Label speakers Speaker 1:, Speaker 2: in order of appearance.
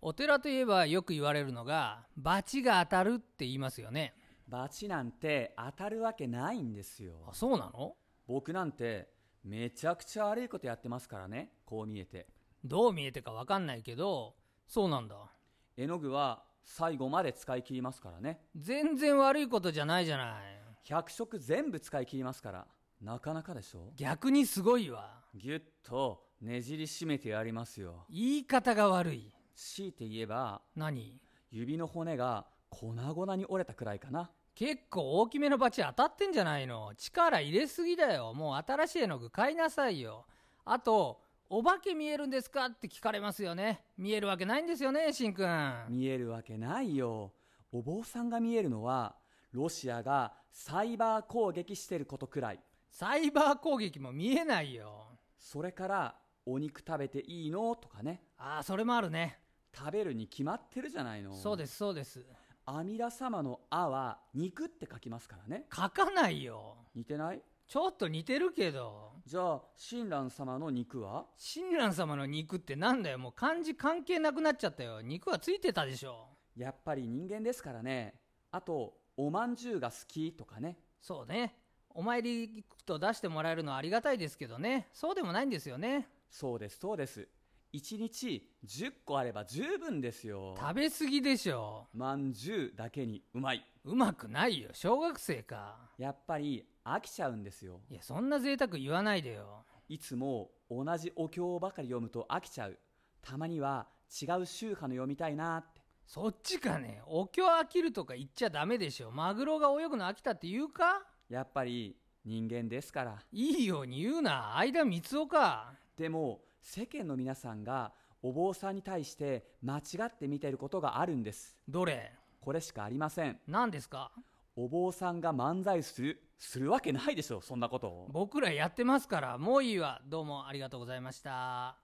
Speaker 1: お寺といえばよく言われるのが罰が当たるって言いますよね
Speaker 2: 罰なんて当たるわけないんですよ
Speaker 1: あそうなの
Speaker 2: 僕なんてめちゃくちゃ悪いことやってますからねこう見えて
Speaker 1: どう見えてかわかんないけどそうなんだ
Speaker 2: 絵の具は最後まで使い切りますからね
Speaker 1: 全然悪いことじゃないじゃない
Speaker 2: 100色全部使い切りますからなかなかでしょ
Speaker 1: 逆にすごいわ
Speaker 2: ぎゅっとねじり締めてやりますよ
Speaker 1: 言い方が悪い
Speaker 2: 強いて言えば
Speaker 1: 何
Speaker 2: 指の骨が粉々に折れたくらいかな
Speaker 1: 結構大きめのバチ当たってんじゃないの力入れすぎだよもう新しい絵の具買いなさいよあとお化け見えるんですかって聞かれますよね見えるわけないんですよねしんくん
Speaker 2: 見えるわけないよお坊さんが見えるのはロシアがサイバー攻撃してることくらい
Speaker 1: サイバー攻撃も見えないよ
Speaker 2: それからお肉食べていいのとかね
Speaker 1: ああそれもあるね
Speaker 2: 食べるに決まってるじゃないの
Speaker 1: そうですすそうです
Speaker 2: 阿弥陀様の「あ」は肉って書きますからね
Speaker 1: 書かないよ
Speaker 2: 似てない
Speaker 1: ちょっと似てるけど
Speaker 2: じゃあ親鸞様の肉は
Speaker 1: 親鸞様の肉ってなんだよもう漢字関係なくなっちゃったよ肉はついてたでしょ
Speaker 2: やっぱり人間ですからねあとおまんじゅうが好きとかね
Speaker 1: そうねお参り行くと出してもらえるのはありがたいですけどねそうでもないんですよね
Speaker 2: そうですそうです1日10個あれば十分ですよ
Speaker 1: 食べ過ぎでしょ
Speaker 2: まんじゅうだけにうまいう
Speaker 1: まくないよ小学生か
Speaker 2: やっぱり飽きちゃうんですよ
Speaker 1: いやそんな贅沢言わないでよ
Speaker 2: いつも同じお経ばかり読むと飽きちゃうたまには違う宗派の読みたいなって
Speaker 1: そっちかねお経飽きるとか言っちゃダメでしょマグロが泳ぐの飽きたって言うか
Speaker 2: やっぱり人間ですから
Speaker 1: いいように言うな間三つおか
Speaker 2: でも世間の皆さんがお坊さんに対して間違って見てることがあるんです
Speaker 1: どれ
Speaker 2: これしかありません
Speaker 1: 何ですか
Speaker 2: お坊さんが漫才するするわけないでしょそんなことを
Speaker 1: 僕らやってますからもういいわどうもありがとうございました